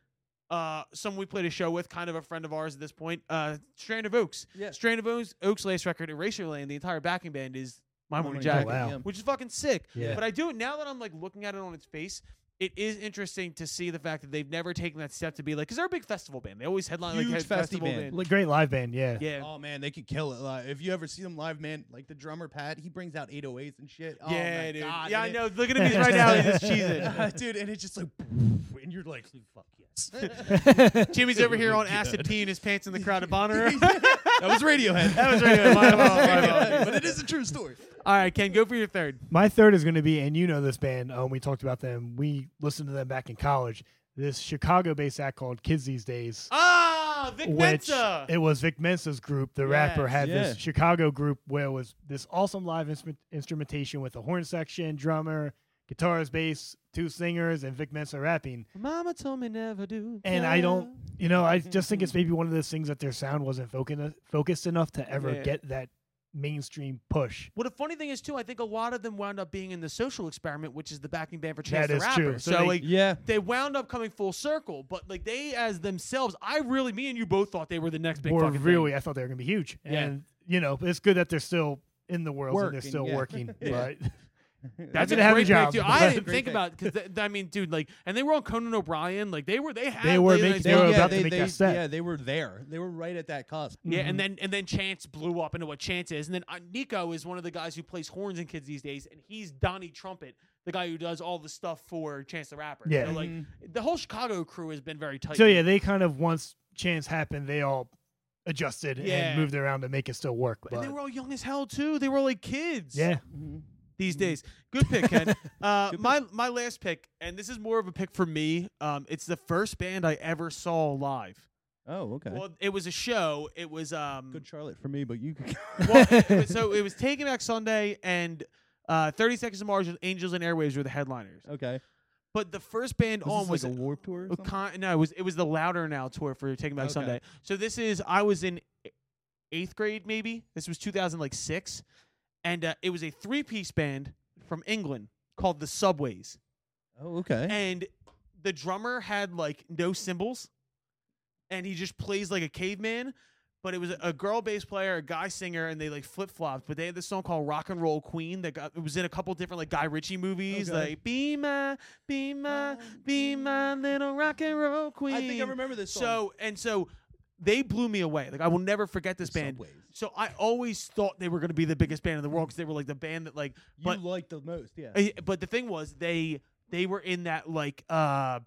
uh someone we played a show with, kind of a friend of ours at this point, uh Strand of Oaks.
Yeah.
Strand of Oaks, Oaks latest record, Eraser Lane, the entire backing band is My Morning
Morning
Jacket.
Jacket. Oh, Wow.
Oh yeah.
Which is fucking sick.
Yeah.
But I do now that I'm like looking at it on its face,
it is interesting to see the fact that they've never taken that step to be like because they're a big festival band. They always headline like
Huge
head-
festy
festival
band.
band.
Li- Great live band, yeah.
Yeah,
Oh man, they could kill it live. If you ever see them live, man, like the drummer Pat, he brings out 808s and shit. Oh,
yeah,
my
dude.
God,
yeah,
and
I
it- Uh,
know. Look at me right now. He's just cheesing.
dude, and it's just like, and you're like, fuck yes.
Jimmy's over here on acid peeing his pants in the crowd of Bonner.
That was Radiohead. that was
Radiohead. My fault, my fault.
but it is a true story.
All right, Ken, go for your third.
My third is going to be, and you know this band. Um, we talked about them. We listened to them back in college. This Chicago-based act called Kids These Days,
Ah, Vic
which
Mensa.
it was Vic Mensa's group. The rapper
Yes.
had
Yeah.
this Chicago group where it was this awesome live instrument, instrumentation with a horn section, drummer, guitarist, bass, two singers, and Vic Mensa rapping.
Mama told me never do.
And I don't, you know, I just think it's maybe one of those things that their sound wasn't focus, focused enough to ever
Yeah.
get that mainstream push.
What a funny thing is too, I think a lot of them wound up being in the social experiment, which is the backing band for Chance
That
the
is
Rapper.
true.
So,
So they-
like,
Yeah.
they wound up coming full circle, but like they as themselves, I really, me and you both thought they were the next big
Or
fucking
really, I thought they were gonna be huge.
Yeah.
And you know, it's good that they're still in the world and they're
Working,
still
yeah.
working.
Yeah.
But
thing. That's a
They have a
great
job,
pick, dude.
but
I
that's a
didn't
great
think
pick.
about because I mean, dude, like, and they were on Conan O'Brien, like they were, they had,
were
late night shows.
making They were about to
they,
make
they,
that step.
yeah, they were there. They were right at that cusp.
Yeah,
Mm-hmm.
and then and then Chance blew up into what Chance is, and then uh, Nico is one of the guys who plays horns in kids these days, and he's Donnie Trumpet, the guy who does all the stuff for Chance the Rapper.
Yeah.
so, like
Mm-hmm.
the whole Chicago crew has been very tight.
so yeah, they kind of once chance happened, they all adjusted
Yeah.
and moved around to make it still work.
and
But
they were all young as hell too. They were all like kids.
yeah,
these
Mm-hmm.
days. Good pick, Ken. Uh, my my last pick, and this is more of a pick for me. Um, it's the first band I ever saw live.
Oh, okay.
Well, it was a show. It was um,
Good Charlotte for me, but you. Could
well, it was- so it was Taking Back Sunday and uh, 30 Seconds to Mars, and Angels and Airwaves were the headliners.
okay.
But the first band
Was
on
this
was
like a warp tour. Or
a
something?
con- no, it was it was the Louder Now tour for Taking Back
Okay.
Sunday. So this is I was in e- eighth grade maybe. This was 2006, and uh, it was a three piece band from England called the Subways,
Oh, okay.
and the drummer had like no cymbals, and he just plays like a caveman. But it was a- a girl bass player, a guy singer, and they like flip flopped. But they had this song called "Rock and Roll Queen" that got, it was in a couple different like Guy Ritchie movies,
Okay.
like "Be My, Be My, Be My Little Rock and Roll Queen."
I think I remember this. Song.
So and so they blew me away. Like I will never forget this band.
Subways.
So I always thought they were going to be the biggest band in the world because they were like the band that like.
you
But
liked the most, yeah.
uh, but the thing was they they were in that like uh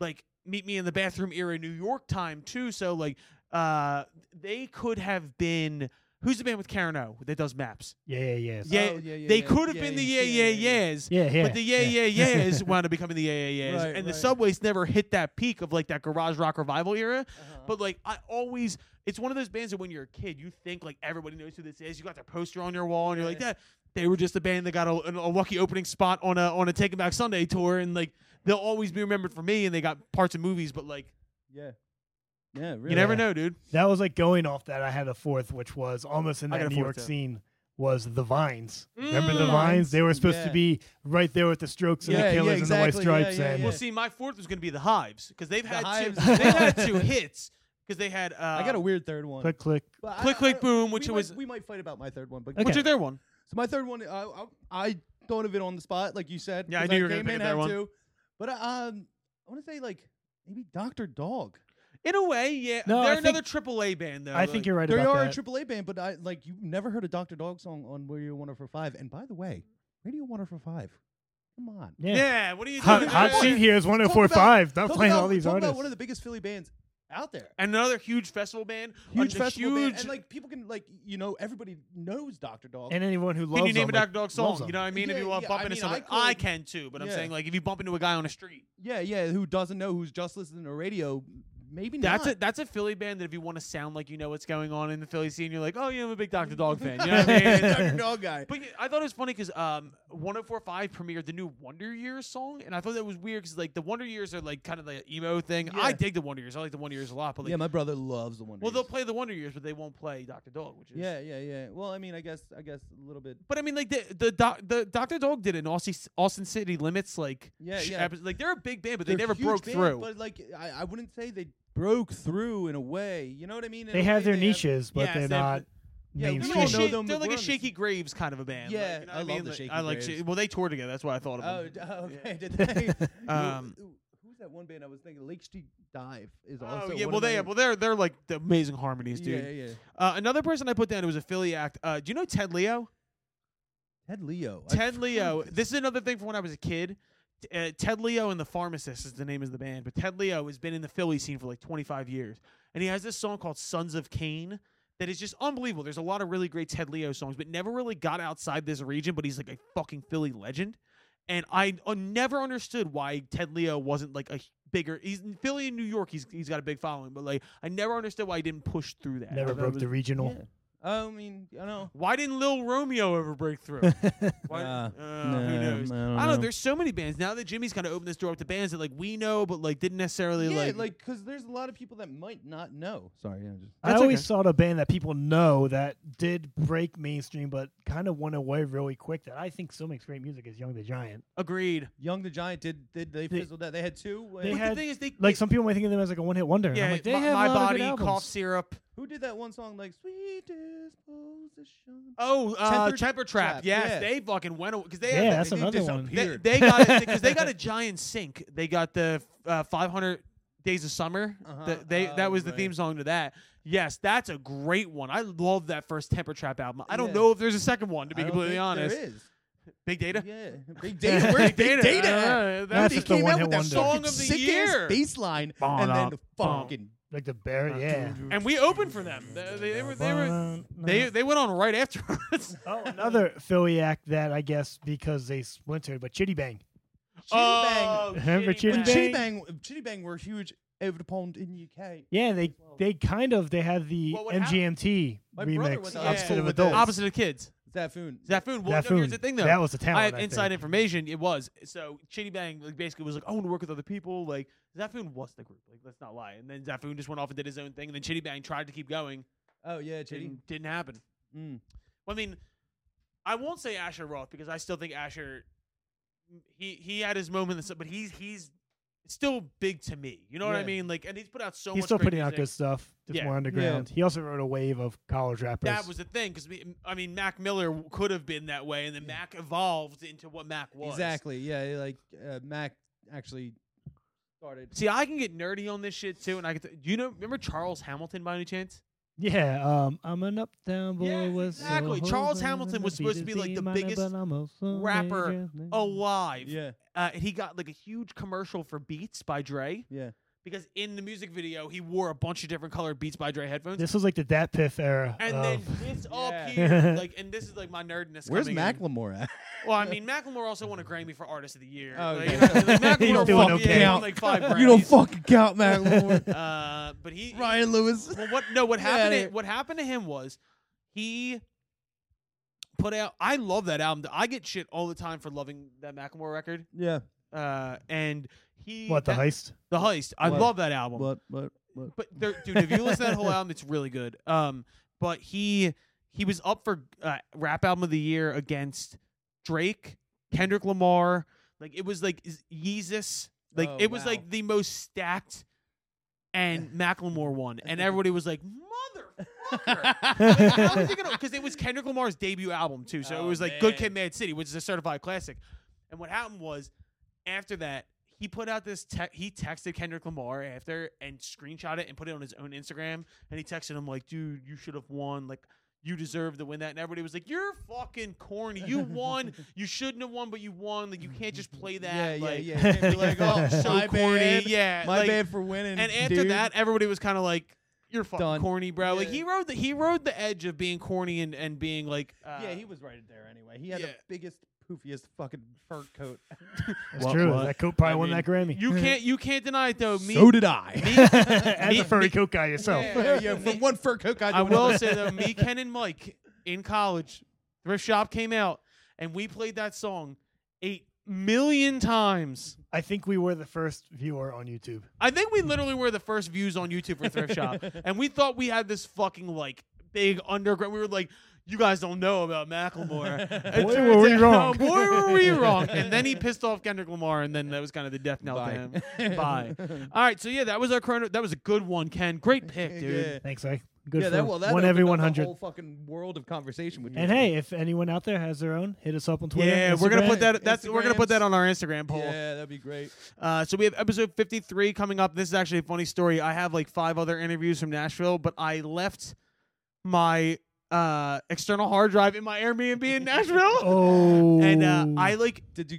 like meet me in the bathroom era New York time too. So like uh they could have been who's the band with Karen O that does maps.
yeah, yeah, yeah.
Yeah,
Oh, yeah, yeah,
they
yeah,
could have
yeah,
been the yeah
yeah,
yeah
yeah, yeah.
yeahs.
Yeah, yeah.
But the yeah yeah yeahs wound up becoming the yeah yeah yeahs,
Right,
and the
right.
subways never hit that peak of like that garage rock revival era.
Uh-huh.
But like I always, it's one of those bands that when you're a kid, you think like everybody knows who this is. You got their poster on your wall, and you're like that. They were just a band that got a, an- a lucky opening spot on a on a Taking Back Sunday tour, and like they'll always be remembered for me. And they got parts of movies, but like
yeah. Yeah, really.
you never
Yeah.
know, dude.
That was like going off that I had a fourth, which was almost in
I got
that
a
New
fourth,
York
too.
scene was the Vines. Remember
Mm.
the Vines? They were supposed
Yeah.
to be right there with the Strokes and
Yeah,
the
yeah,
Killers
exactly.
and the
Yeah,
White Stripes.
yeah,
and
Well,
yeah.
see, my fourth was going to be the Hives because they've had two,
Hives.
they've had two hits because they had uh,
I got a weird third one.
click, click.
But I-
Click,
I-
click,
I-
boom, which
we
was-
might, we might fight about my third one, but
What's your third one?
So my third one, I, I, I thought of it on the spot, like you said.
Yeah, I
'cause
knew you were gonna
came
pick
in
a third
had
one.
two. But uh, um, I want to say like maybe Doctor Dog.
In a way, yeah.
No,
They're
I think-
another AAA band, though.
I think
Like,
you're right
They
about
are
that.
a AAA band, but I like you never heard a Doctor Dog song on Radio 104.5. And by the way, Radio 104.5, come on.
yeah.
Yeah. what are you
Hot,
doing?
hot
there?
seat here is
Talk
104.5.
about-
Not
talk
playing
about-
all these
talk
artists.
About one of the biggest Philly bands out there.
And another huge festival band.
Huge
a
festival
huge,
band, and like people can like you know everybody knows Doctor Dog.
and anyone who loves
can you name a Doc
them, like,
Dog
loves
song?
them.
You know what I mean? if
Yeah,
you want to
yeah,
bump
I
into
mean,
somebody,
I
I
could-
can too. But I'm
Yeah.
saying, like, if you bump into a guy on a street,
yeah, yeah. Who doesn't know? Who's just listening to radio? Maybe
that's
not.
a that's a Philly band that if you want to sound like you know what's going on in the Philly scene, you're like, oh yeah, I'm a big Doctor Dog fan. You know what I mean?
Doctor Dog guy.
But yeah, I thought it was funny because um, 1045 premiered the new Wonder Years song, and I thought that was weird because like the Wonder Years are like kind of like an emo thing. I
Yeah.
dig the Wonder Years. I like the Wonder Years a lot, but like,
yeah, my brother loves the Wonder.
well, they'll
Years.
play the Wonder Years, but they won't play Doctor Dog, which is
Yeah, yeah, yeah. Well, I mean, I guess, I guess a little bit.
But I mean, like the the doc, the Doctor Dog did it in Austin, Austin City Limits, like
Yeah, yeah.
epi- like they're a big band, but they
They're
never
huge
broke
band,
through.
But like, I, I wouldn't say they broke through in a way. You know what I mean? In
They
a
have
way,
their
they
niches, but
Yes,
they're
they have-
not.
Yeah, we
They're
all
like, a
mainstream.
know
shake-
them,
they're
but
like
we're
a
on the-
shaky graves kind of a band. Like,
Yeah,
you know
I
what
love
mean?
the
Like,
Shaky
I like.
Graves.
Sha- Well, they toured together. That's why I thought
Oh,
of
d-
them.
oh, okay. Did they?
Um,
Who- Who's that one band I was thinking? Lake Street Dive is
Oh
also.
yeah,
one
well
of my-
they well they're they're like the amazing harmonies, dude.
Yeah, yeah.
Uh, another person I put down who was a Philly act. Uh, do you know Ted Leo?
Ted Leo. I-
Ted Leo. This is another thing from when I was a kid. T- Uh, Ted Leo and the Pharmacist is the name of the band, but Ted Leo has been in the Philly scene for like 25 years, and he has this song called "Sons of Cain" that is just unbelievable. There's a lot of really great Ted Leo songs, but never really got outside this region. But he's like a fucking Philly legend, and I uh, never understood why Ted Leo wasn't like a h- bigger. He's in Philly and New York. He's he's got a big following, but like I never understood why he didn't push through that.
Never
I thought it
broke
was-
the regional.
I mean, I know.
why didn't Lil Romeo ever break through? Why,
Uh,
uh, who
nah,
knows?
I
I
don't
don't, know.
know.
There's so many bands now that Jimmy's kind of opened this door up to bands that like we know, but like didn't necessarily
yeah,
like.
like because there's a lot of people that might not know. Sorry, yeah, just
I
That's
always
okay.
saw the band that people know that did break mainstream, but kind of went away really quick. That I think still makes great music is Young the Giant.
agreed.
Young the Giant did did they
They-
fizzled out? They had two. uh,
They
but
had-
the thing is, they
Like
they-
some people might think of them as like a one hit wonder. and I'm
Yeah,
like, they
my,
have
my
a lot of good
body cough
albums.
syrup.
who did that one song like "Sweet Disposition"?
Oh, uh,
Temper
Temper,
Trap,
Trap. Yes,
yeah.
they fucking went away because they
Yeah,
had
that's
the,
they
another one.
they,
disappeared.
they got it because they got a giant sink. They got the uh, 500 Days of Summer.
Uh-huh.
That they
Oh,
that was the
right.
theme song to that. Yes, that's a great one. I love that first Temper Trap album. I don't
Yeah.
know if there's a second one to
I
be
don't
completely
think
honest.
There is.
Big Data.
Yeah, big data. Where's big data? at?
Uh,
That's
that-
just the
came
one
out
hit
with that
wonder.
Song
fucking
of the
sick-ass
year.
bass line, and then the fucking
Like the bear, yeah.
and we opened for them. They, they- they were they were they, they went on right after us.
oh, another Philly act that I guess because they splintered, but Chitty Bang.
Oh,
Remember
Chitty
Chitty
When
Bang.
Chitty
Bang?
Bang, Chitty Bang were huge over the pond in the UK.
Yeah, they they kind of they had the
Well, what hap-
MGMT
My brother
remix,
was
on
opposite
school
of
with that.
adults.
Opposite of kids.
Zafoon.
Zafoon. Well,
That
no, here's
food-
the thing though.
That was the talent.
I have inside
think.
information. It was so Chitty Bang like, basically was like, I want to work with other people. Like Zafoon was the group. Like let's not lie. And then Zafoon just went off and did his own thing. And then Chitty Bang tried to keep going.
Oh yeah, Chitty.
Didn't, didn't happen.
Mm.
Well, I mean, I won't say Asher Roth because I still think Asher he he had his moment, in the sun, but he's he's still big to me. You know what
Yeah.
I mean? Like, and he's put out so much.
He's still
great
putting out
music.
good stuff, just
Yeah.
more
Yeah.
underground. He also wrote a wave of college rappers.
That was the thing because I mean, Mac Miller w- could have been that way, and then Mac evolved into what Mac was.
Exactly. Yeah, like uh, Mac actually started.
See, I can get nerdy on this shit too, and I get. To, do you know? Remember Charles Hamilton by any chance?
yeah. Um, I'm an up down boy.
Yes,
with
exactly.
soul,
Charles
and
Hamilton
I'm
was
a
supposed to
beat
be,
is
like, the
in minor,
biggest
but I'm also
rapper Oh,
major.
Alive.
Yeah,
Uh, and he got like a huge commercial for Beats by Dre
yeah.
because in the music video he wore a bunch of different colored Beats by Dre headphones.
This was like the Dat Piff era.
and
of,
then this up
Yeah.
here, like, and this is like my nerdness.
Where's
coming in.
Macklemore at?
Well, I mean, Macklemore also won a Grammy for Artist of the Year.
Oh,
like,
yeah.
you know, like, Macklemore
You don't do
won,
no
yeah, he
count.
won, like five Grammys.
you don't fucking count Macklemore.
Uh, but he,
Ryan Lewis.
well, what? No, what
Get outta
happened? To,
here.
what happened to him was he put out. I love that album. I get shit all the time for loving that Macklemore record.
Yeah.
Uh, and he
what the
that-
heist?
The heist. I
What?
love that album.
What? What? What?
But there, dude, if you listen to that whole album, it's really good. Um, but he he was up for uh, rap album of the year against Drake, Kendrick Lamar. Like it was like is- Yeezus. Like
Oh,
it was
wow.
like the most stacked, and Macklemore won, and everybody was like, motherfucker. Like, how is he gonna? Because it was Kendrick Lamar's debut album too, so
Oh,
it was like Good
man.
Kid, Mad City, which is a certified classic. And what happened was, after that, he put out this tech. He texted Kendrick Lamar after and screenshot it and put it on his own Instagram. And he texted him like, "Dude, you should have won. Like, you deserve to win that." And everybody was like, "You're fucking corny. You won. you shouldn't have won, but you won. Like, you can't just play
Yeah,
that.
yeah,
like,
yeah. You can't be like, oh,
so
my
corny.
bad.
Yeah,
my
like-
bad for winning.
and after
dude.
that, everybody was kind of like, "You're fucking
Done.
corny, bro." Like
Yeah.
he rode the he rode the edge of being corny and and being like, uh,
yeah, he was right there anyway. He had the
yeah.
biggest, poofiest fucking fur coat.
That's
What-
true.
what?
That coat probably
I
won that Grammy.
you can't you can't deny it though. Me,
so did I.
me,
As
me-
a furry
me-
coat guy yourself.
Yeah.
yeah, yeah, from one fur coat guy. to
I will
another.
say though, me, Ken, and Mike in college, thrift shop came out, and we played that song eight million times.
I think we were the first viewer on YouTube.
I think we literally were the first views on YouTube for Thrift Shop, and we thought we had this fucking like big underground. We were like, "You guys don't know about Macklemore." It
Boy,
turns
were we
out-
wrong.
boy, were we wrong? And then he pissed off Kendrick Lamar, and then that was kind of the death knell to him. Bye. All right, so yeah, that was our chrono. That was a good one, Ken. Great pick, dude.
Yeah.
Thanks, I. Good
yeah,
for
that well, that
one every
opened up
one
the
hundred.
Whole fucking world of conversation with you.
And hey, if anyone out there has their own, hit us up on Twitter.
yeah, we're gonna
Instagram.
put that. That's we're gonna put that
Instagrams.
on our Instagram poll.
yeah, that'd be great.
Uh, so we have episode 53 coming up. This is actually a funny story. I have like five other interviews from Nashville, but I left my uh, external hard drive in my Airbnb in Nashville.
Oh,
And uh, I like
Did you?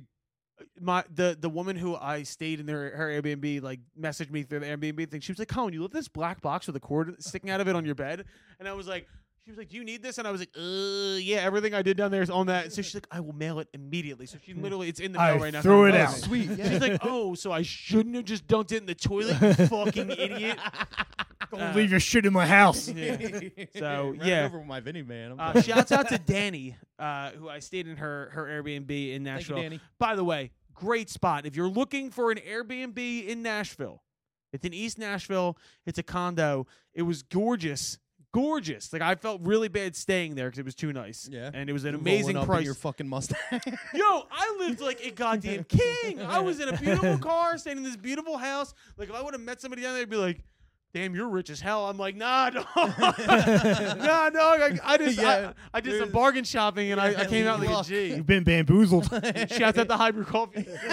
my the the woman who I stayed in her, her Airbnb like messaged me through the Airbnb thing. She was like, "Colin, you left this black box with a cord sticking out of it on your bed," and I was like. She was like, "Do you need this?" And I was like, "Uh, yeah, everything I did down there is on that." So she's like, "I will mail it immediately." So she literally, it's in the mail
Hmm. I
right now.
threw it
Oh,
out.
Sweet. Yeah.
She's like, oh, so I shouldn't have just dunked it in the toilet, you fucking idiot. uh,
don't leave your shit in my house.
So,
Ran
yeah.
over with my Vinny man. I'm
Uh,
sorry.
shouts out to Danny, uh, who I stayed in her her Airbnb in
Thank you,
Nashville.
Danny.
By the way, great spot. If you're looking for an Airbnb in Nashville, it's in East Nashville. It's a condo. It was gorgeous, gorgeous. Like I felt really bad staying there because it was too nice.
Yeah.
and it was an
Rolling
amazing
up in
price.
Your fucking Mustang.
Yo, I lived like a goddamn king. I was in a beautiful car, staying in this beautiful house. Like if I would have met somebody down there, I'd be like, "Damn, you're rich as hell." I'm like, "Nah, no, nah, no." I, I just,
Yeah,
I, I did some
there's-
bargain shopping, and I, I came out like
luck.
a G.
You've been bamboozled.
Shouts out to Hybrid Coffee.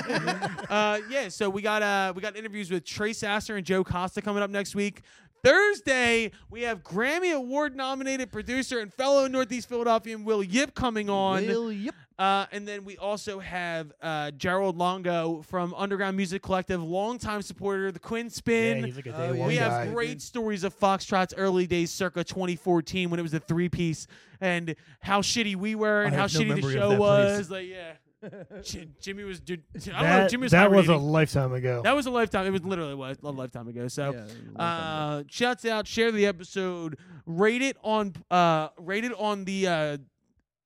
uh, yeah, so we got uh, we got interviews with Trey Sasser and Joe Costa coming up next week. Thursday, we have Grammy Award nominated producer and fellow Northeast Philadelphian Will Yip coming on.
yep.
Uh, and then we also have uh, Gerald Longo from Underground Music Collective, longtime supporter of the Quinn
yeah,
Spin.
he's like a day
Oh, yeah.
one
we
guy.
have great stories of Foxtrot's early days circa 2014 when it was a three piece and how shitty we were and
I
how
have no
shitty the
memory of
show
that
was.
place.
Like, yeah. J- Jimmy was, dude, I don't know,
That,
Jimmy was
that was a
hibernating.
lifetime ago.
That was a lifetime. It was literally was a lifetime ago. So,
Yeah, it was a lifetime
uh, shouts out, share the episode, rate it on, uh, rate it on the uh,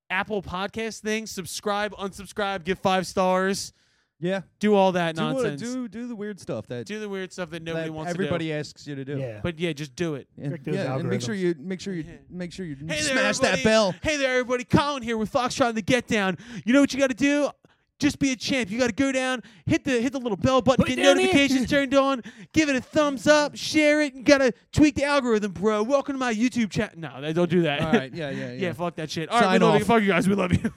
Apple Podcast thing. Subscribe, unsubscribe, give five stars,
Yeah.
do all that
Do, what-
nonsense.
do do the weird stuff that,
do the weird stuff that nobody
that
wants
everybody
to
asks you to do.
yeah.
do. But yeah, just do it.
And,
Trick those
yeah, and make sure
algorithms.
you make sure you make sure you
Hey there,
smash that
everybody.
bell.
Hey there, everybody. Colin here with Fox trying to get down. You know what you got to do? Just be a champ. You got to go down, hit the hit the little bell button, get notifications turned on, give it a thumbs up, share it. You got to tweak the algorithm, bro. Welcome to my YouTube channel. No, they don't do that.
All right, yeah, yeah,
yeah,
yeah.
fuck that shit. All right,
Sign
we love
off.
you. Fuck you guys. We love you.